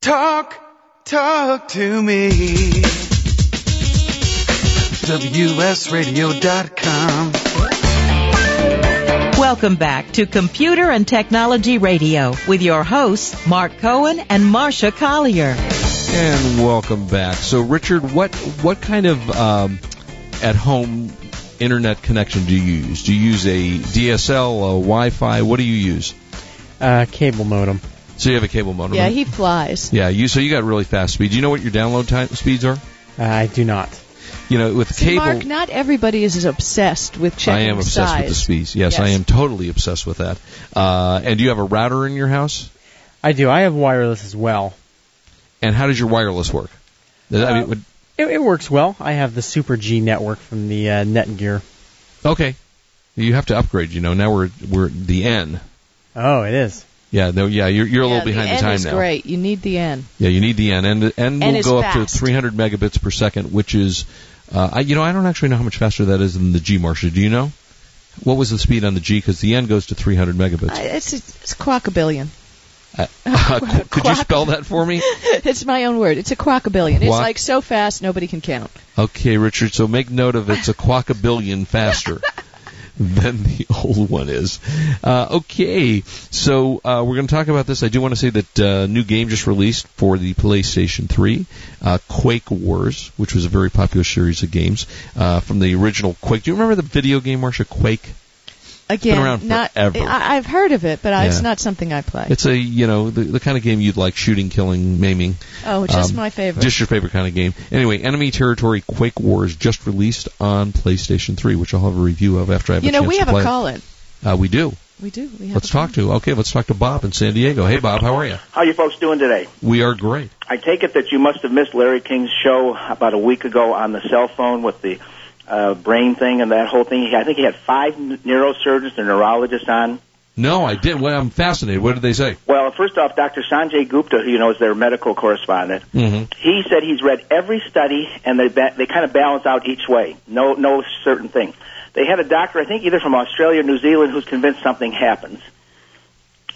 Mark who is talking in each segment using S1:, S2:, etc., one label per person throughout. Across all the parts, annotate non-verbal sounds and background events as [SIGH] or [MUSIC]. S1: Talk, talk to me. WSRadio.com.
S2: Welcome back to Computer and Technology Radio with your hosts, Mark Cohen and Marsha Collier.
S3: And welcome back. So, Richard, what what kind of um, at home internet connection do you use? Do you use a DSL, a Wi-Fi? What do you use?
S4: Uh, cable modem.
S3: So you have a cable modem.
S5: Yeah,
S3: right?
S5: he flies.
S3: yeah. You so you got really fast speed. Do you know what your download time speeds are?
S4: Uh, I do not.
S3: You know, with
S5: See,
S3: cable.
S5: Mark, not everybody is as obsessed with
S3: I
S5: checking
S3: am obsessed
S5: size.
S3: with the speeds. Yes, I am totally obsessed with that. Uh, and do you have a router in your house?
S4: I do. I have wireless as well. Uh,
S3: And how does your wireless work? I mean, would-
S4: It, it works well. I have the Super G network from the uh, Netgear.
S3: okay, you have to upgrade. You know, now we're we're the N.
S4: Oh, it is.
S3: Yeah, no, yeah, you're, you're a little behind
S5: the,
S3: the
S5: N
S3: time
S5: is
S3: now.
S5: great. You need the N.
S3: Yeah, you need the N, and and we'll
S5: is
S3: go up to
S5: fast.
S3: 300 megabits per second, which is, uh, I, you know, I don't actually know how much faster that is than the G, Marsha. Do you know? What was the speed on the G? Because the N goes to 300 megabits.
S5: I, it's it's quackabillion. [LAUGHS]
S3: Uh, [LAUGHS] could you spell that for me?
S5: It's my own word. It's a quackabillion. It's
S3: Quack-
S5: like so fast nobody can count.
S3: Okay, Richard. So make note of it's a quackabillion faster than the old one is. Uh, okay, so uh, we're going to talk about this. I do want to say that uh, new game just released for the PlayStation 3, uh, Quake Wars, which was a very popular series of games uh, from the original Quake. Do you remember the video game, Marsha? Quake.
S5: Again,
S3: around
S5: not
S3: forever.
S5: I, I've heard of it, but I,
S3: Yeah.
S5: it's not something I play.
S3: It's a you know the, the kind of game you'd like shooting, killing, maiming.
S5: oh, just
S3: um,
S5: my favorite.
S3: Just your favorite kind of game. Anyway, Enemy Territory Quake Wars just released on PlayStation 3, which I'll have a review of after I have
S5: you
S3: a
S5: know,
S3: chance
S5: we
S3: to
S5: have
S3: play.
S5: a
S3: it.
S5: call in.
S3: Uh, we do.
S5: We do. We have
S3: Let's
S5: a call-in.
S3: talk to okay. Let's talk to Bob in San Diego. Hey, Bob, how are you?
S6: How you folks doing today?
S3: We are great.
S6: I take it that you must have missed Larry King's show about a week ago on the cell phone with the uh, brain thing and that whole thing. I think he had five neurosurgeons and neurologists on.
S3: No, I did. Well, I'm fascinated. What did they say?
S6: Well, first off, Dr. Sanjay Gupta, who you know is their medical correspondent,
S3: Mm-hmm.
S6: he said he's read every study and they ba- they kind of balance out each way. No no certain thing. They had a doctor, I think either from Australia or New Zealand, who's convinced something happens.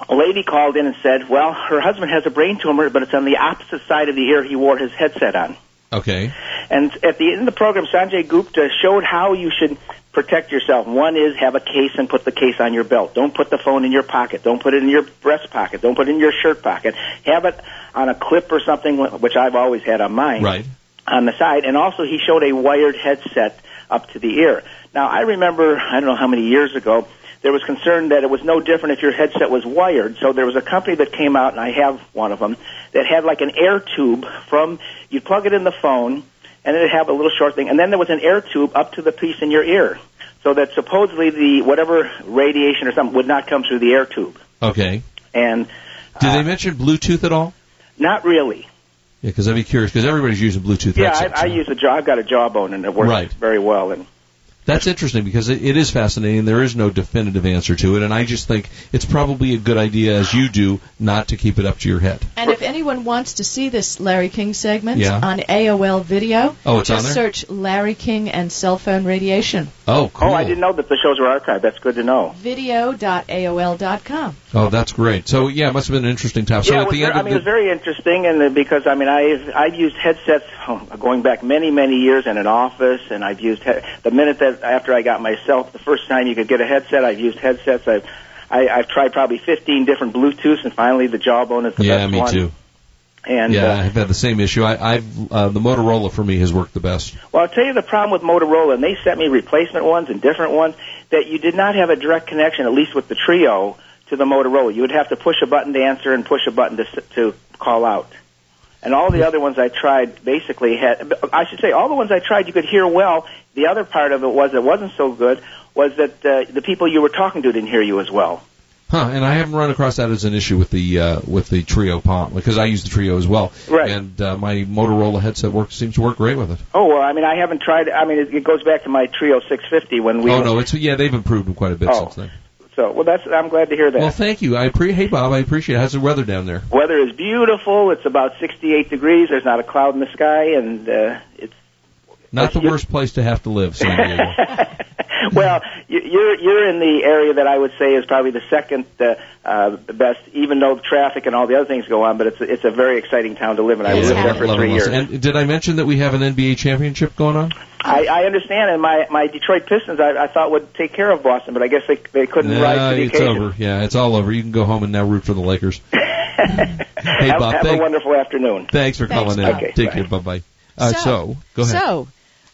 S6: A lady called in and said, "Well, her husband has a brain tumor, but it's on the opposite side of the ear he wore his headset on."
S3: Okay.
S6: And at the end of the program, Sanjay Gupta showed how you should protect yourself. One is have a case and put the case on your belt. Don't put the phone in your pocket. Don't put it in your breast pocket. Don't put it in your shirt pocket. Have it on a clip or something, wh- which I've always had on mine
S3: Right.
S6: on the side, and also he showed a wired headset up to the ear. Now, I remember, I don't know how many years ago, there was concern that it was no different if your headset was wired. So there was a company that came out, and I have one of them, that had like an air tube from, you'd plug it in the phone, and it'd have a little short thing, and then there was an air tube up to the piece in your ear. So that supposedly the, whatever radiation or something would not come through the air tube.
S3: Okay.
S6: And
S3: Did
S6: Uh,
S3: they mention Bluetooth at all?
S6: not really.
S3: Yeah, because I'd be curious because everybody's using Bluetooth.
S6: Yeah,
S3: headsets
S6: I, I
S3: now.
S6: use a jaw, I've got a jawbone, and it works
S3: Right.
S6: very well. And
S3: That's interesting because it, it is fascinating. There is no definitive answer to it, and I just think it's probably a good idea, as you do, not to keep it up to your head.
S5: And if anyone wants to see this Larry King segment
S3: Yeah.
S5: on AOL Video,
S3: Oh, it's
S5: just
S3: on there?
S5: search Larry King and cell phone radiation.
S3: Oh, cool.
S6: Oh, I didn't know that the shows were archived. That's good to know.
S5: Video.aol.com.
S3: Oh, that's great. So yeah, it must have been an interesting time. So
S6: yeah, it
S3: at
S6: was
S3: the end
S6: very, I
S3: of
S6: mean, it was
S3: the
S6: very interesting, and uh, because I mean, I've I've used headsets oh, going back many many years in an office, and I've used he- the minute that after I got myself the first time you could get a headset, I've used headsets. I've I, I've tried probably 15 different Bluetooths, and finally the Jawbone is the
S3: yeah,
S6: best
S3: me
S6: one.
S3: too.
S6: And
S3: yeah,
S6: uh,
S3: I've had the same issue. I, I've uh, the Motorola for me has worked the best.
S6: Well, I'll tell you the problem with Motorola, and they sent me replacement ones and different ones, that you did not have a direct connection, at least with the Trio, to the Motorola. You would have to push a button to answer and push a button to, s- to call out. And all the other ones I tried basically had, I should say, all the ones I tried you could hear well. The other part of it was that wasn't so good was that uh, the people you were talking to didn't hear you as well.
S3: Huh? And I haven't run across that as an issue with the uh, with the Trio Palm because I use the Trio as well.
S6: Right.
S3: And uh, my Motorola headset works seems to work great with it.
S6: Oh, well, I mean, I haven't tried, I mean, it, it goes back to my Trio 650 when we,
S3: oh no, it's yeah they've improved quite a bit
S6: Oh,
S3: since then.
S6: so, well, that's, I'm glad to hear that.
S3: Well, thank you. I appreciate. Hey Bob, I appreciate. it. How's the weather down there?
S6: weather is beautiful. It's about 68 degrees. There's not a cloud in the sky, and uh, it's [LAUGHS]
S3: Not the worst place to have to live, San Diego.
S6: well, you- you're you're in the area that I would say is probably the second uh, uh, best, even though traffic and all the other things go on. But it's it's a very exciting town to live in. I
S5: It's
S6: lived there for
S5: happening.
S6: three years.
S3: And did I mention that we have an NBA championship going on?
S6: I, I understand, and my my Detroit Pistons I, I thought would take care of Boston, but I guess they they couldn't rise to the
S3: it's
S6: occasion.
S3: over. Yeah, it's all over. You can go home and now root for the Lakers. hey,
S6: have
S3: Bob.
S6: have a
S3: thank-
S6: wonderful afternoon.
S3: thanks for
S5: Thanks,
S3: calling in.
S5: Bob.
S6: Okay,
S3: Take
S6: bye.
S3: care. Bye bye. Uh, so, go ahead.
S5: So,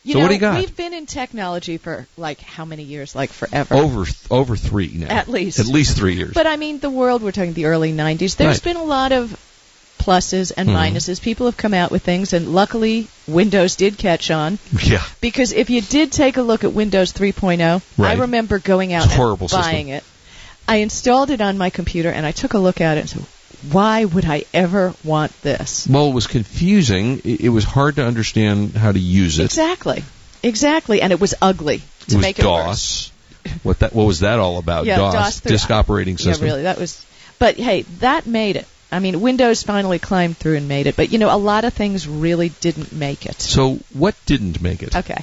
S5: you
S3: So
S5: know,
S3: what do you got?
S5: we've been in technology for like how many years? Like forever.
S3: over over three now.
S5: At least.
S3: At least three years.
S5: But I mean, the world, we're talking the early 90s, There's
S3: Right. Mm-hmm.
S5: been a lot of pluses and minuses. People have come out with things, and luckily, Windows did catch on.
S3: [LAUGHS] yeah.
S5: Because if you did take a look at Windows 3.0,
S3: Right.
S5: I remember going out
S3: It's a
S5: and
S3: horrible system.
S5: buying it. I installed it on my computer, and I took a look at it and said, why would I ever want this?
S3: Well, it was confusing. It, it was hard to understand how to use it.
S5: Exactly. Exactly. And it was ugly
S3: It
S5: to
S3: was
S5: make it worse.
S3: DOS. What that? What was that all about?
S5: Yeah,
S3: DOS,
S5: DOS through-
S3: disk operating system.
S5: Yeah, really, that was. But hey, that made it. I mean, Windows finally climbed through and made it. But you know, a lot of things really didn't make it.
S3: So what didn't make it?
S5: Okay.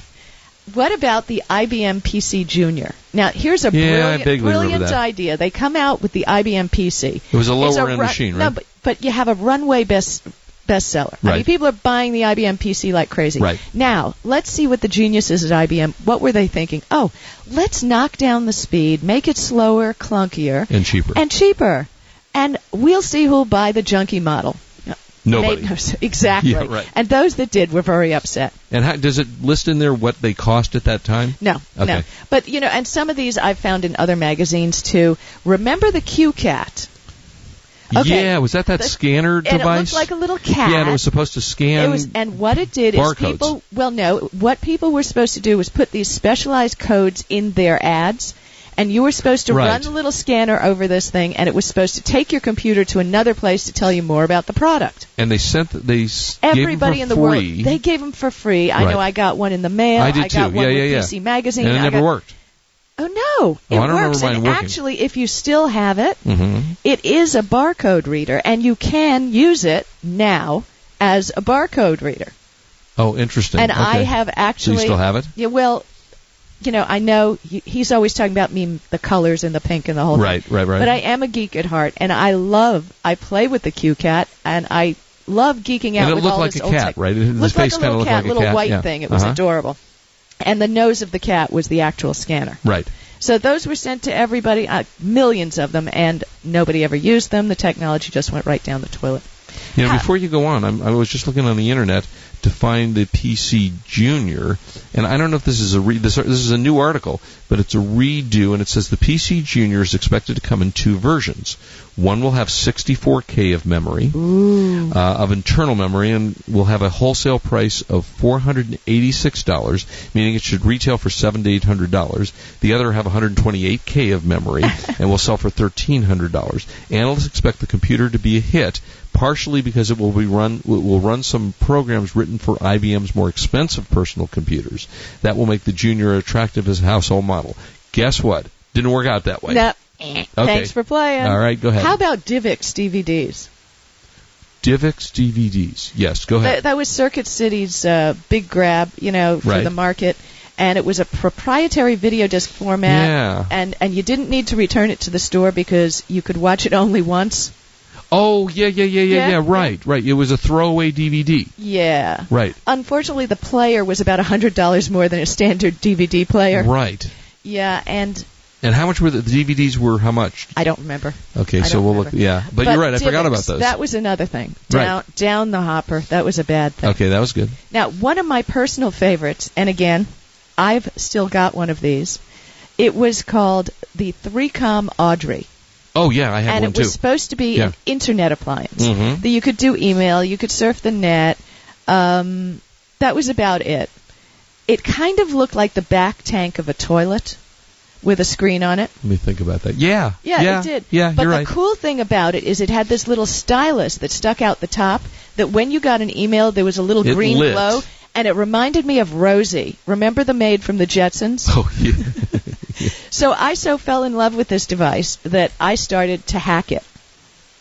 S5: What about the IBM PC Junior? Now, here's a
S3: Yeah, I
S5: brilliant,
S3: vaguely remember
S5: brilliant
S3: that.
S5: idea. They come out with the IBM PC.
S3: It was a
S5: It's
S3: lower end
S5: run-
S3: machine,
S5: No,
S3: right?
S5: but, but you have a runway best bestseller. I mean,
S3: Right.
S5: people are buying the IBM PC like crazy.
S3: Right.
S5: Now, let's see what the geniuses at IBM. What were they thinking? Oh, let's knock down the speed, make it slower, clunkier,
S3: and cheaper.
S5: and cheaper. And we'll see who'll buy the junkie model.
S3: Nobody.
S5: Made no s- [LAUGHS] exactly.
S3: Yeah, right.
S5: And those that did were very upset.
S3: And how, does it list in there what they cost at that time?
S5: No, no.
S3: Okay.
S5: But you know, and some of these I've found in other magazines too. Remember the Q Cat? Okay.
S3: Yeah, was that that
S5: The-
S3: scanner
S5: And it
S3: device?
S5: looked like a little cat.
S3: Yeah, and it was supposed to scan.
S5: It was- and what it did
S3: barcodes.
S5: is people. Well, no, what people were supposed to do was put these specialized codes in their ads, and you were supposed to
S3: Right.
S5: run the little scanner over this thing, and it was supposed to take your computer to another place to tell you more about the product.
S3: and they sent they s- gave 'em
S5: Everybody
S3: for
S5: in the
S3: free,
S5: world, they gave them for free. I
S3: Right.
S5: know I got one in the mail.
S3: I did
S5: got
S3: too.
S5: one
S3: Yeah,
S5: with
S3: yeah, yeah.
S5: PC Magazine.
S3: and it
S5: I
S3: never
S5: got-
S3: worked.
S5: Oh no,
S3: Oh, I
S5: it
S3: don't remember
S5: works.
S3: mine
S5: and
S3: working.
S5: actually, if you still have it,
S3: Mm-hmm.
S5: it is a barcode reader, and you can use it now as a barcode reader.
S3: Oh, interesting.
S5: And
S3: okay.
S5: I have
S3: So
S5: actually.
S3: you still have it?
S5: Yeah, well, you know, I know he, he's always talking about me, the colors and the pink and the whole
S3: Right,
S5: thing.
S3: right, right.
S5: But I am a geek at heart, and I love. I play with the Q Cat, and I love geeking out
S3: and it
S5: with
S3: looked
S5: all
S3: like
S5: this
S3: a
S5: old
S3: cat,
S5: tech.
S3: right? The
S5: Looked like
S3: face
S5: a
S3: kind of
S5: little
S3: looked
S5: cat,
S3: like a
S5: little
S3: cat.
S5: white
S3: yeah.
S5: thing. It was
S3: uh-huh.
S5: adorable. And the nose of the cat was the actual scanner.
S3: Right.
S5: So those were sent to everybody, uh, millions of them, and nobody ever used them. The technology just went right down the toilet.
S3: You know,
S5: Huh.
S3: before you go on, I'm, I was just looking on the internet to find the PC Junior, and I don't know if this is a re- this, this is a new article, but it's a redo, and it says the PC Junior is expected to come in two versions. One will have 64K of memory, uh, of internal memory, and will have a wholesale price of $486, meaning it should retail for seven to $800. The other have 128K of memory and will sell for $1,300. Analysts expect the computer to be a hit, partially because it will be run it will run some programs written for IBM's more expensive personal computers. That will make the Junior attractive as a household model. Guess what? Didn't work out that way.
S5: No, eh, Thanks for playing.
S3: All right, go ahead.
S5: How about DivX DVDs?
S3: DivX DVDs. Yes, go ahead.
S5: That, that was Circuit City's uh, big grab, you know, for
S3: Right.
S5: the market, and it was a proprietary video disc format.
S3: Yeah.
S5: And and you didn't need to return it to the store because you could watch it only once.
S3: Oh yeah, yeah, yeah, yeah,
S5: Yeah,
S3: yeah.
S5: yeah.
S3: Right, right. It was a throwaway DVD.
S5: Yeah.
S3: Right,
S5: Unfortunately, the player was about hundred dollars more than a standard DVD player.
S3: right.
S5: Yeah, and
S3: And how much were the, the DVDs? Were how much?
S5: I don't remember.
S3: Okay,
S5: I
S3: so
S5: don't
S3: we'll
S5: remember.
S3: look. Yeah, but, you're right. I forgot
S5: DivX,
S3: about those.
S5: That was another thing.
S3: Right.
S5: Down, down the hopper. That was a bad thing.
S3: okay, that was good.
S5: Now, one of my personal favorites, and again, I've still got one of these. It was called the 3Com Audrey,
S3: Oh yeah, I have
S5: and
S3: one
S5: it was
S3: too.
S5: supposed to be
S3: Yeah.
S5: an internet appliance
S3: Mhm.
S5: that you could do email, you could surf the net. Um, that was about it. It kind of looked like the back tank of a toilet with a screen on it.
S3: Let me think about that. Yeah,
S5: Yeah,
S3: yeah
S5: it did.
S3: Yeah,
S5: but
S3: you're
S5: the
S3: right.
S5: cool thing about it is it had this little stylus that stuck out the top. That when you got an email, there was a little
S3: It
S5: green
S3: lit.
S5: glow, and it reminded me of Rosie. Remember the maid from the Jetsons?
S3: Oh yeah.
S5: so I so fell in love with this device that I started to hack it.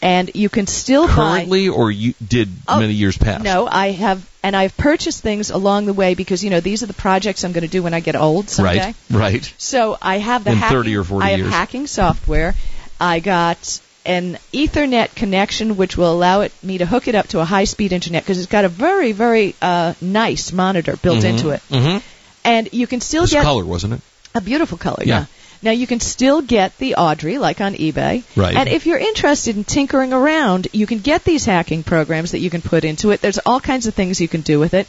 S5: and you can still buy.
S3: Currently, or you did
S5: Oh,
S3: many years past?
S5: No, I have, and I've purchased things along the way because you know these are the projects I'm going to do when I get old someday.
S3: Right, right.
S5: So I have the
S3: In
S5: hacking,
S3: 30 or 40
S5: I have
S3: years.
S5: hacking software. I got an Ethernet connection, which will allow it me to hook it up to a high-speed internet because it's got a very, very uh, nice monitor built into it,
S3: Mm-hmm.
S5: and you can still
S3: This
S5: get
S3: color, wasn't it?
S5: a beautiful color.
S3: Yeah.
S5: Yeah. Now you can still get the Audrey, like on eBay.
S3: Right.
S5: And if you're interested in tinkering around, you can get these hacking programs that you can put into it. There's all kinds of things you can do with it,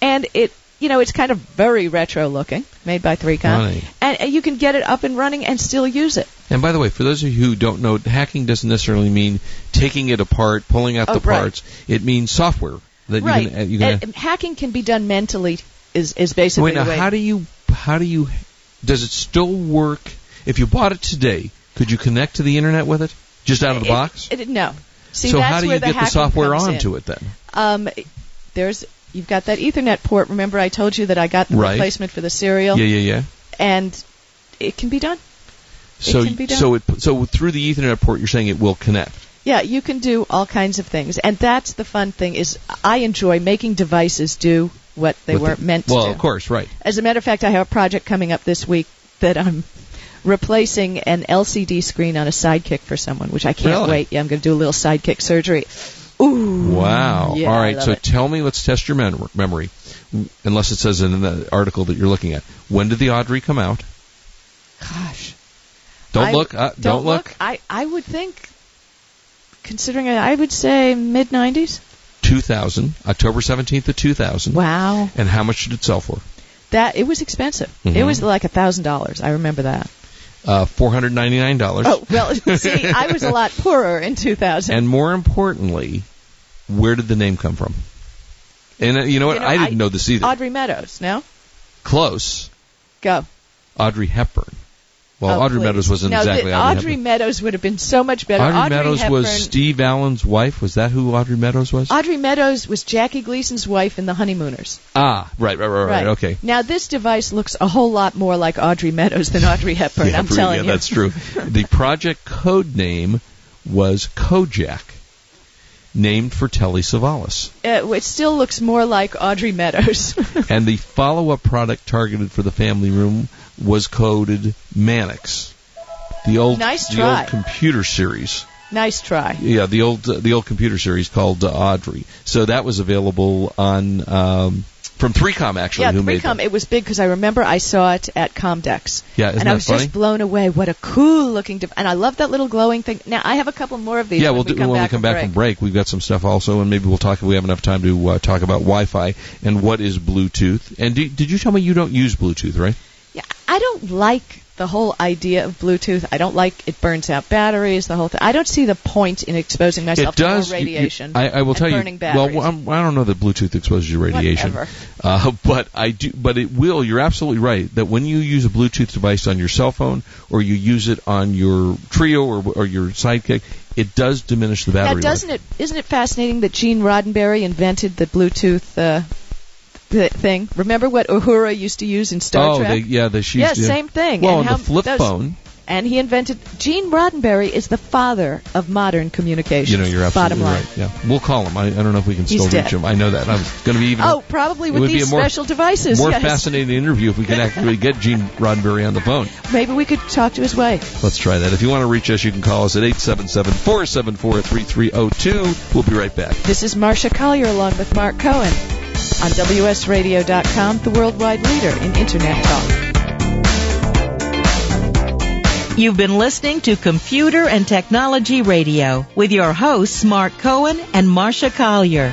S5: and it, you know, it's kind of very retro looking, made by 3
S3: Right.
S5: and, and you can get it up and running and still use it.
S3: And by the way, for those of you who don't know, hacking doesn't necessarily mean taking it apart, pulling out
S5: Oh,
S3: the
S5: right.
S3: parts. It means software that
S5: right.
S3: you can. uh, You can
S5: And hacking can be done mentally. Is is basically
S3: Wait, now
S5: the way.
S3: how do you? How do you? Does it still work? If you bought it today, could you connect to the internet with it just out of the
S5: It-
S3: box?
S5: it- no. See,
S3: so
S5: that's
S3: how do
S5: where
S3: you get the
S5: hacking
S3: software
S5: comes in.
S3: onto it then?
S5: Um, there's you've got that Ethernet port. Remember, I told you that I got the
S3: Right.
S5: replacement for the serial,
S3: Yeah, yeah, yeah.
S5: and it can be done.
S3: So
S5: can be done.
S3: so it so through the Ethernet port, you're saying it will connect.
S5: Yeah, you can do all kinds of things, and that's the fun thing is I enjoy making devices do what they
S3: with the-
S5: weren't meant to.
S3: Well,
S5: do.
S3: of course, right.
S5: As a matter of fact, I have a project coming up this week that I'm replacing an LCD screen on a sidekick for someone, which I can't
S3: Really?
S5: wait. Yeah, I'm going to do a little sidekick surgery. Ooh.
S3: Wow.
S5: Yeah,
S3: All
S5: I
S3: right.
S5: love
S3: So
S5: it.
S3: tell me, let's test your mem- memory, W- unless it says in the article that you're looking at. When did the Audrey come out?
S5: Gosh.
S3: Don't
S5: I-
S3: look. Uh, don't,
S5: look. I, I would think, considering it, I would say mid 90s.
S3: 2000, October 17th of 2000.
S5: Wow.
S3: And how much did it sell for?
S5: That it was expensive. It
S3: Mhm.
S5: was like a thousand dollars. I remember that.
S3: Uh, $499.
S5: Oh [LAUGHS] well, see, I was a lot poorer
S3: [LAUGHS]
S5: in 2000.
S3: And more importantly, where did the name come from? And uh, you know what?
S5: You know,
S3: I didn't
S5: I-
S3: know this either.
S5: Audrey Meadows, no,
S3: Close.
S5: go.
S3: Audrey Hepburn. Well,
S5: Oh,
S3: Audrey
S5: please.
S3: Meadows wasn't
S5: no,
S3: exactly
S5: the,
S3: Audrey.
S5: Audrey
S3: Hepburn.
S5: Meadows would have been so much better.
S3: Audrey Meadows
S5: Hepburn,
S3: was Steve Allen's wife. Was that who Audrey Meadows was?
S5: Audrey Meadows was Jackie Gleason's wife in The Honeymooners.
S3: ah, right, right, right, right.
S5: [LAUGHS]
S3: Okay.
S5: Now this device looks a whole lot more like Audrey Meadows than Audrey
S3: [LAUGHS]
S5: Hepburn.
S3: yeah,
S5: I'm
S3: Bru-
S5: telling
S3: yeah,
S5: you.
S3: that's true.
S5: [LAUGHS]
S3: the project code name was Kojak, named for Telly Savalas.
S5: Uh, it still looks more like Audrey Meadows. [LAUGHS]
S3: and the follow-up product targeted for the family room was coded Manix. The old
S5: Nice
S3: the
S5: try.
S3: old computer series.
S5: nice try.
S3: Yeah, the old uh, the old computer series called uh, Audrey. So that was available on um, from 3Com actually
S5: Yeah,
S3: who made
S5: Precom,
S3: that.
S5: it was big because I remember I saw it at Comdex.
S3: Yeah, isn't
S5: and I
S3: that
S5: was
S3: funny?
S5: just blown away. What a cool looking device. And I love that little glowing thing. Now, I have a couple more of these.
S3: yeah,
S5: when
S3: we'll
S5: we
S3: do,
S5: come
S3: when
S5: back
S3: we come back
S5: from
S3: from break, we've got some stuff also, and maybe we'll talk if we have enough time to uh, talk about Wi-Fi and what is Bluetooth. And do, did you tell me you don't use Bluetooth, right?
S5: Yeah, I don't like the whole idea of Bluetooth. I don't like it burns out batteries, the whole thing. I don't see the point in exposing myself
S3: it does
S5: to more
S3: you- you-
S5: radiation.
S3: I, I will
S5: and
S3: tell
S5: burning
S3: you.
S5: Batteries.
S3: Well, I'm, I don't know that Bluetooth exposes you to radiation,
S5: Whatever.
S3: Uh, [LAUGHS] but I do. But it will. You're absolutely right that when you use a Bluetooth device on your cell phone or you use it on your Trio or, or your Sidekick, it does diminish the
S5: now,
S3: battery. life.
S5: doesn't it? Isn't it fascinating that Gene Roddenberry invented the Bluetooth uh, th- thing? Remember what Uhura used to use in Star
S3: oh,
S5: Trek?
S3: They, yeah, the she's
S5: Yeah, same thing.
S3: Well,
S5: And
S3: on
S5: how
S3: the flip
S5: those-
S3: phone,
S5: and he invented Gene Roddenberry is the father of modern communications.
S3: you know, you're absolutely
S5: bottom line.
S3: right. Yeah, we'll call him. I, I don't know if we can
S5: He's
S3: still
S5: dead.
S3: reach him. I know that. I'm going to be even.
S5: Oh, probably
S3: it
S5: with
S3: would be
S5: these
S3: a more-
S5: special devices.
S3: More
S5: yes.
S3: fascinating interview if we can actually get Gene Roddenberry on the phone.
S5: Maybe we could talk to his wife.
S3: Let's try that. If you want to reach us, you can call us at 877 474 3302. We'll be right back.
S5: This is Marcia Collier along with Mark Cohen on WSRadio.com, the worldwide leader in internet talk.
S2: You've been listening to Computer and Technology Radio with your hosts Mark Cohen and Marcia Collier.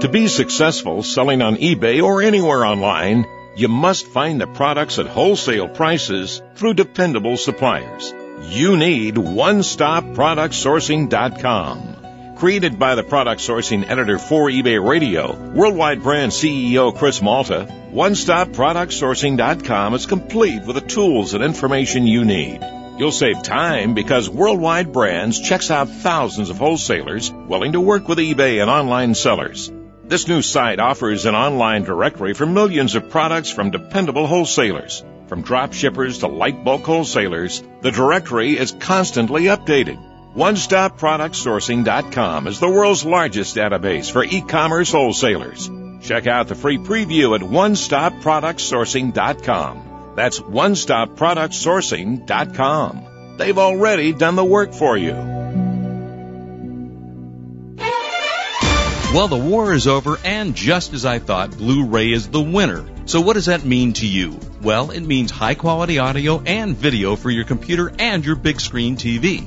S7: To be successful selling on eBay or anywhere online, you must find the products at wholesale prices through dependable suppliers. You need OneStopProductSourcing.com. Created by the product sourcing editor for eBay Radio, worldwide brand CEO Chris Malta, OneStopProductSourcing.com is complete with the tools and information you need. You'll save time because Worldwide Brands checks out thousands of wholesalers willing to work with eBay and online sellers. This new site offers an online directory for millions of products from dependable wholesalers. From drop shippers to light bulk wholesalers, the directory is constantly updated. OneStopProductSourcing.com is the world's largest database for e-commerce wholesalers. Check out the free preview at OneStopProductSourcing.com. That's OneStopProductSourcing.com. They've already done the work for you.
S3: Well, the war is over, and just as I thought, Blu ray is the winner. So, what does that mean to you? Well, it means high quality audio and video for your computer and your big screen TV.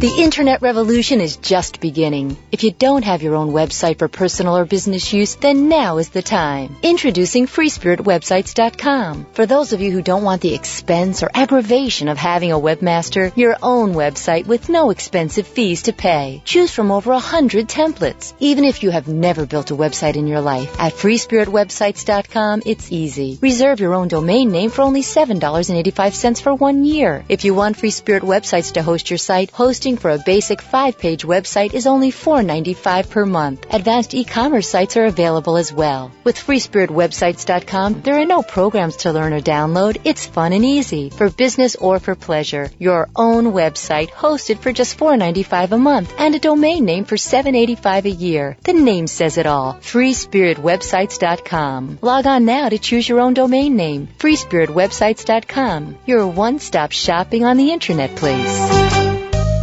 S8: The internet revolution is just beginning. If you don't have your own website for personal or business use, then now is the time. Introducing FreespiritWebsites.com. For those of you who don't want the expense or aggravation of having a webmaster, your own website with no expensive fees to pay. Choose from over a hundred templates. Even if you have never built a website in your life, at FreespiritWebsites.com, it's easy. Reserve your own domain name for only $7.85 for one year. If you want Free Spirit Websites to host your site, host hosting for a basic five-page website is only $4.95 per month. Advanced e-commerce sites are available as well. With FreespiritWebsites.com, there are no programs to learn or download. It's fun and easy for business or for pleasure. Your own website hosted for just $4.95 a month and a domain name for $7.85 a year. The name says it all. FreespiritWebsites.com. Log on now to choose your own domain name. FreespiritWebsites.com. Your one-stop shopping on the internet place.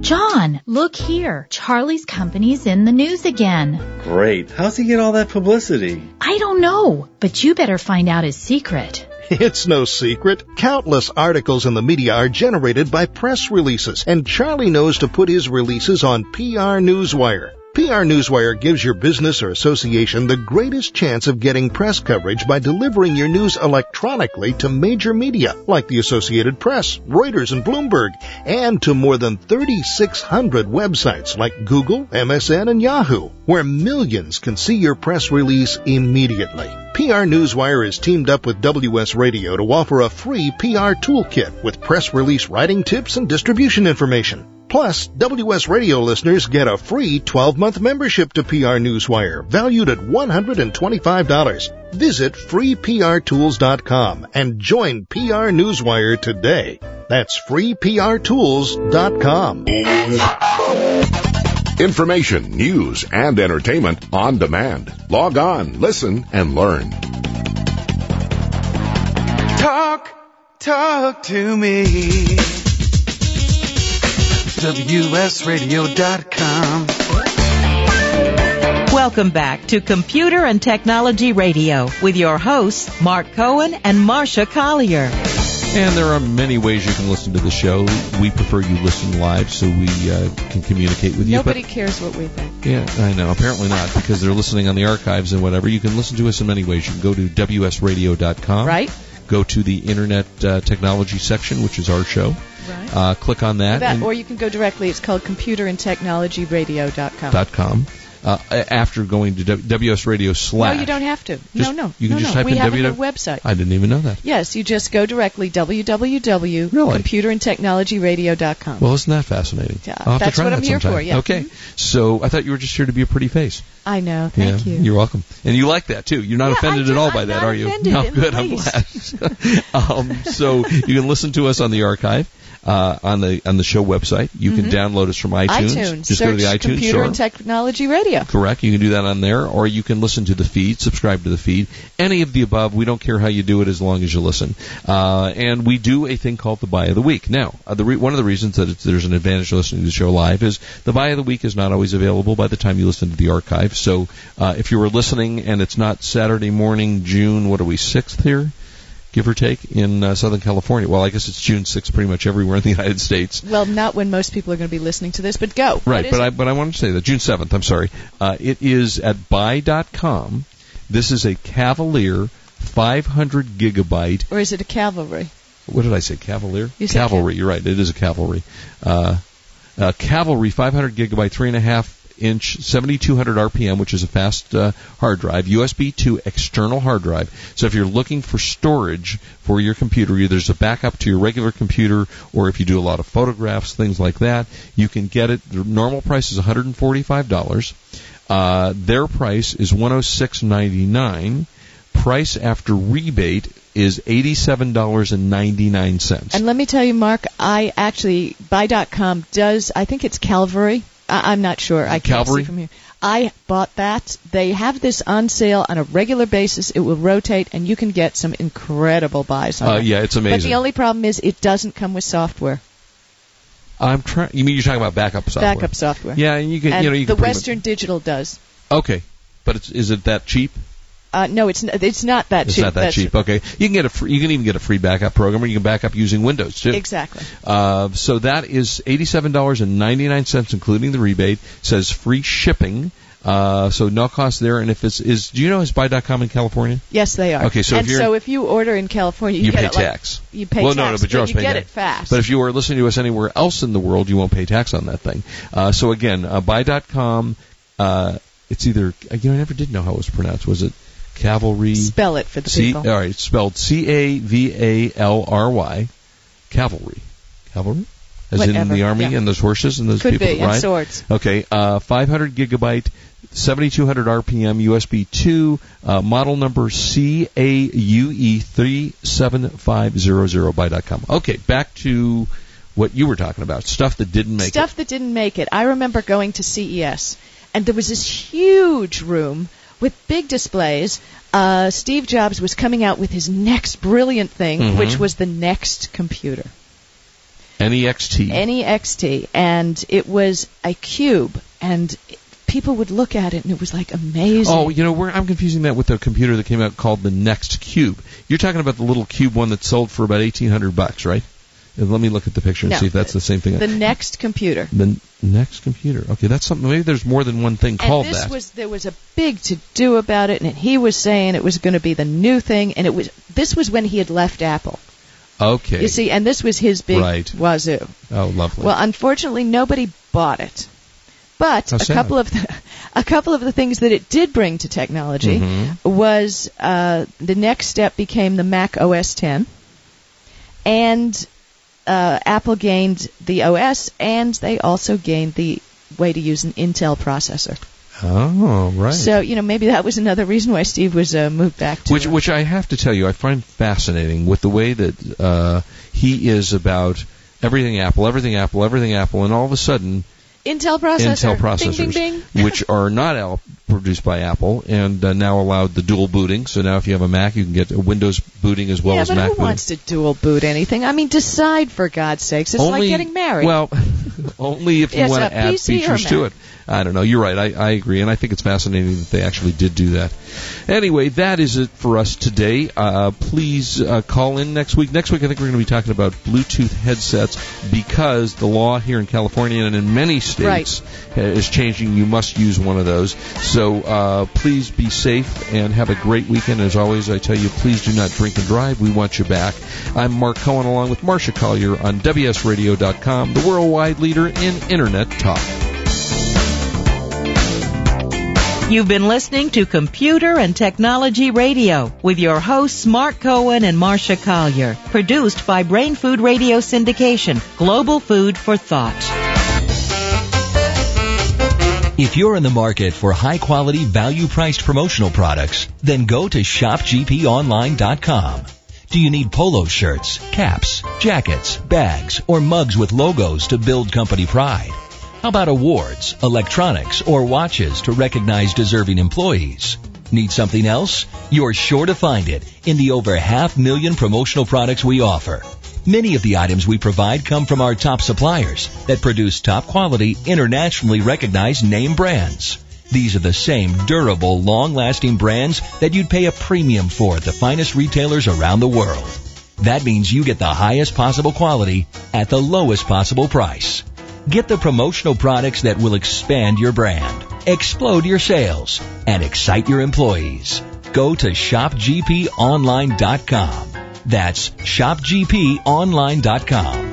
S9: John, look here. Charlie's company's in the news again.
S10: Great. How's he get all that publicity?
S9: I don't know, but you better find out his secret.
S11: [LAUGHS] It's no secret. Countless articles in the media are generated by press releases, and Charlie knows to put his releases on PR Newswire. PR Newswire gives your business or association the greatest chance of getting press coverage by delivering your news electronically to major media like the Associated Press, Reuters, and Bloomberg, and to more than 3,600 websites like Google, MSN, and Yahoo, where millions can see your press release immediately. PR Newswire is teamed up with WS Radio to offer a free PR toolkit with press release writing tips and distribution information. Plus, WS Radio listeners get a free 12-month membership to PR Newswire, valued at $125. Visit freeprtools.com and join PR Newswire today. That's freeprtools.com.
S12: Information, news, and entertainment on demand. Log on, listen, and learn.
S1: Talk, talk to me. WSRadio.com.
S2: Welcome back to Computer and Technology Radio with your hosts, Mark Cohen and Marsha Collier.
S3: And there are many ways you can listen to the show. We prefer you listen live so we uh, can communicate with you. but-
S5: Nobody cares what we think.
S3: yeah, I know. Apparently not, because they're listening on the archives and whatever. You can listen to us in many ways. You can go to wsradio.com.
S5: Right.
S3: Go to the Internet uh, Technology section, which is our show.
S5: Right.
S3: Uh, click on that.
S5: That,
S3: and-
S5: or you can go directly. It's called computerandtechnologyradio.com.
S3: dot com. Uh, a- after going to w- WS Radio slash.
S5: No, you don't have to.
S3: Just-
S5: no, no.
S3: You can
S5: no,
S3: just
S5: no.
S3: type
S5: we
S3: in
S5: have a
S3: www.
S5: website.
S3: I didn't even know that.
S5: Yes, you just go directly www.computerandtechnologyradio.com.
S3: Well, isn't that fascinating?
S5: Yeah,
S3: I'll have
S5: that's
S3: to try
S5: what
S3: that
S5: I'm here
S3: sometime.
S5: for, yeah.
S3: Okay. So I thought you were just here to be a pretty face.
S5: I know. Thank
S3: yeah,
S5: you.
S3: are welcome. And you like that too. You're not offended at all by that, are you?
S5: offended
S3: no,
S5: in the
S3: good. I'm glad. [LAUGHS] um, so you can listen to us on the archive, uh, on the on the show website. You
S5: Mhm.
S3: can download us from iTunes.
S5: iTunes.
S3: Just
S5: Search
S3: go to the iTunes
S5: Computer
S3: store.
S5: and Technology Radio.
S3: Correct. You can do that on there, or you can listen to the feed, subscribe to the feed. Any of the above, we don't care how you do it as long as you listen. Uh, and we do a thing called the buy of the week. Now, uh, the re- one of the reasons that it's, there's an advantage to listening to the show live is the buy of the week is not always available by the time you listen to the archive. So uh, if you were listening and it's not Saturday morning, June, what are we, 6th here? Give or take in uh, Southern California. Well, I guess it's June 6th pretty much everywhere in the [LAUGHS] United States.
S5: Well, not when most people are going to be listening to this, but go. What
S3: Right,
S5: is
S3: but
S5: it?
S3: I but I wanted to say that June seventh. I'm sorry. Uh, it is at buy.com. This is a Cavalier 500 gigabyte.
S5: or is it a cavalry?
S3: What did I say? Cavalier.
S5: You said
S3: cavalry. You're right. It is a cavalry. Uh, uh, cavalry 500 gigabyte, three and a half inch, 7200 RPM, which is a fast uh, hard drive, USB to external hard drive. So if you're looking for storage for your computer, either as a backup to your regular computer, or if you do a lot of photographs, things like that, you can get it. The normal price is 145 dollars. Uh, their price is 106.99. Price after rebate is $87.99.
S5: And let me tell you, Mark, I actually buy.com does. I think it's Calvary. I, I'm not sure. I can't
S3: Calvary?
S5: see from here. I bought that. They have this on sale on a regular basis. It will rotate, and you can get some incredible buys on
S3: Uh,
S5: it.
S3: yeah, it's
S5: But
S3: amazing.
S5: the only problem is it doesn't come with software,
S3: I'm trying. You mean you're talking about backup software?
S5: backup software.
S3: Yeah, and you can.
S5: And
S3: you know, you
S5: the
S3: can pretty
S5: Western Digital does.
S3: Much, okay, but it's, is it that cheap?
S5: Uh, no, it's n- it's not that
S3: It's
S5: cheap.
S3: not that
S5: That's-
S3: cheap. Okay, you can get a. Free, you can even get a free backup program, or you can back up using Windows too.
S5: Exactly.
S3: Uh, so that is eighty-seven dollars and ninety-nine cents, including the rebate. Says free shipping. Uh, so no cost there. And if it's is, do you know is buy.com in California?
S5: Yes, they are.
S3: Okay, so if
S5: and
S3: you're-
S5: so if you order in California, you,
S3: You
S5: get
S3: pay
S5: it like-
S3: tax.
S5: you pay
S3: well,
S5: tax.
S3: no, no, but you're always
S5: you
S3: paying
S5: get
S3: tax.
S5: it fast.
S3: But if you are listening to us anywhere else in the world, you won't pay tax on that thing. Uh, so again, uh, buy.com. Uh, it's either you know I never did know how it was pronounced. Was it cavalry?
S5: Spell it for the
S3: C-
S5: people.
S3: All right, it's spelled C A V A L R Y, cavalry, cavalry, as in
S5: Whatever,
S3: the army
S5: yeah.
S3: and those horses and those
S5: Could
S3: people
S5: be,
S3: that
S5: and
S3: ride.
S5: swords.
S3: Okay, uh, 500 gigabyte, 7200 RPM USB 2, uh, model number E CAUE37500 by dot com. Okay, back to what you were talking about, stuff that didn't make
S5: stuff that didn't make it. I remember going to CES, and there was this huge room with big displays. Uh, Steve Jobs was coming out with his next brilliant thing,
S3: Mhm.
S5: which was the next computer,
S3: it. E NEXT.
S5: NEXT, and it was a cube, and it- people would look at it, and it was like amazing.
S3: Oh, you know, we're, I'm confusing that with the computer that came out called the Next Cube. You're talking about the little cube one that sold for about 1800 bucks, right? And let me look at the picture and
S5: No.
S3: see if that's the same thing.
S5: the next computer.
S3: The n- next computer. Okay, that's something. Maybe there's more than one thing called
S5: and this
S3: that.
S5: was there was a big to do about it, and he was saying it was going to be the new thing, and it was this was when he had left Apple.
S3: okay.
S5: You see, and this was his big
S3: Right.
S5: wazoo.
S3: Oh, lovely.
S5: Well, unfortunately, nobody bought it. But
S3: How
S5: a
S3: sad.
S5: couple of the, [LAUGHS] a couple of the things that it did bring to technology
S3: Mhm.
S5: was uh, the next step became the Mac OS 10, and uh, Apple gained the OS, and they also gained the way to use an Intel processor.
S3: oh, right.
S5: So you know maybe that was another reason why Steve was uh, moved back to
S3: which, which I have to tell you, I find fascinating with the way that uh, he is about everything Apple, everything Apple, everything Apple, and all of a
S5: [LAUGHS]
S3: sudden
S5: Intel
S3: Intel
S5: processor.
S3: processors,
S5: Bing, bing, bing.
S3: which are not al- produced by Apple and uh, now allowed the dual booting. So now if you have a Mac, you can get Windows booting as well
S5: yeah,
S3: as
S5: but
S3: Mac
S5: who
S3: booting.
S5: wants to dual boot anything? I mean, decide for God's sakes. It's
S3: Only-
S5: like getting married.
S3: Well, [LAUGHS] only if you
S5: Yes,
S3: want
S5: a
S3: to add
S5: PC or
S3: features to
S5: Mac.
S3: it. I don't know. You're right. I, I agree. And I think it's fascinating that they actually did do that. Anyway, that is it for us today. Uh, please uh, call in next week. Next week, I think we're going to be talking about Bluetooth headsets because the law here in California and in many states uh, is changing. You must use one of those. So uh, please be safe and have a great weekend. As always, I tell you, please do not drink and drive. We want you back. I'm Mark Cohen along with Marcia Collier on WSRadio.com, the worldwide leader in Internet talk.
S2: You've been listening to Computer and Technology Radio with your hosts Mark Cohen and Marcia Collier, produced by Brain Food Radio Syndication, Global Food for Thought.
S13: If you're in the market for high quality, value priced promotional products, then go to shopgponline.com. Do you need polo shirts, caps, jackets, bags, or mugs with logos to build company pride? How about awards, electronics, or watches to recognize deserving employees? Need something else? You're sure to find it in the over half million promotional products we offer. Many of the items we provide come from our top suppliers that produce top quality, internationally recognized name brands. These are the same durable, long lasting brands that you'd pay a premium for at the finest retailers around the world. That means you get the highest possible quality at the lowest possible price. Get the promotional products that will expand your brand, explode your sales, and excite your employees. Go to shopgponline.com. That's shopgponline.com.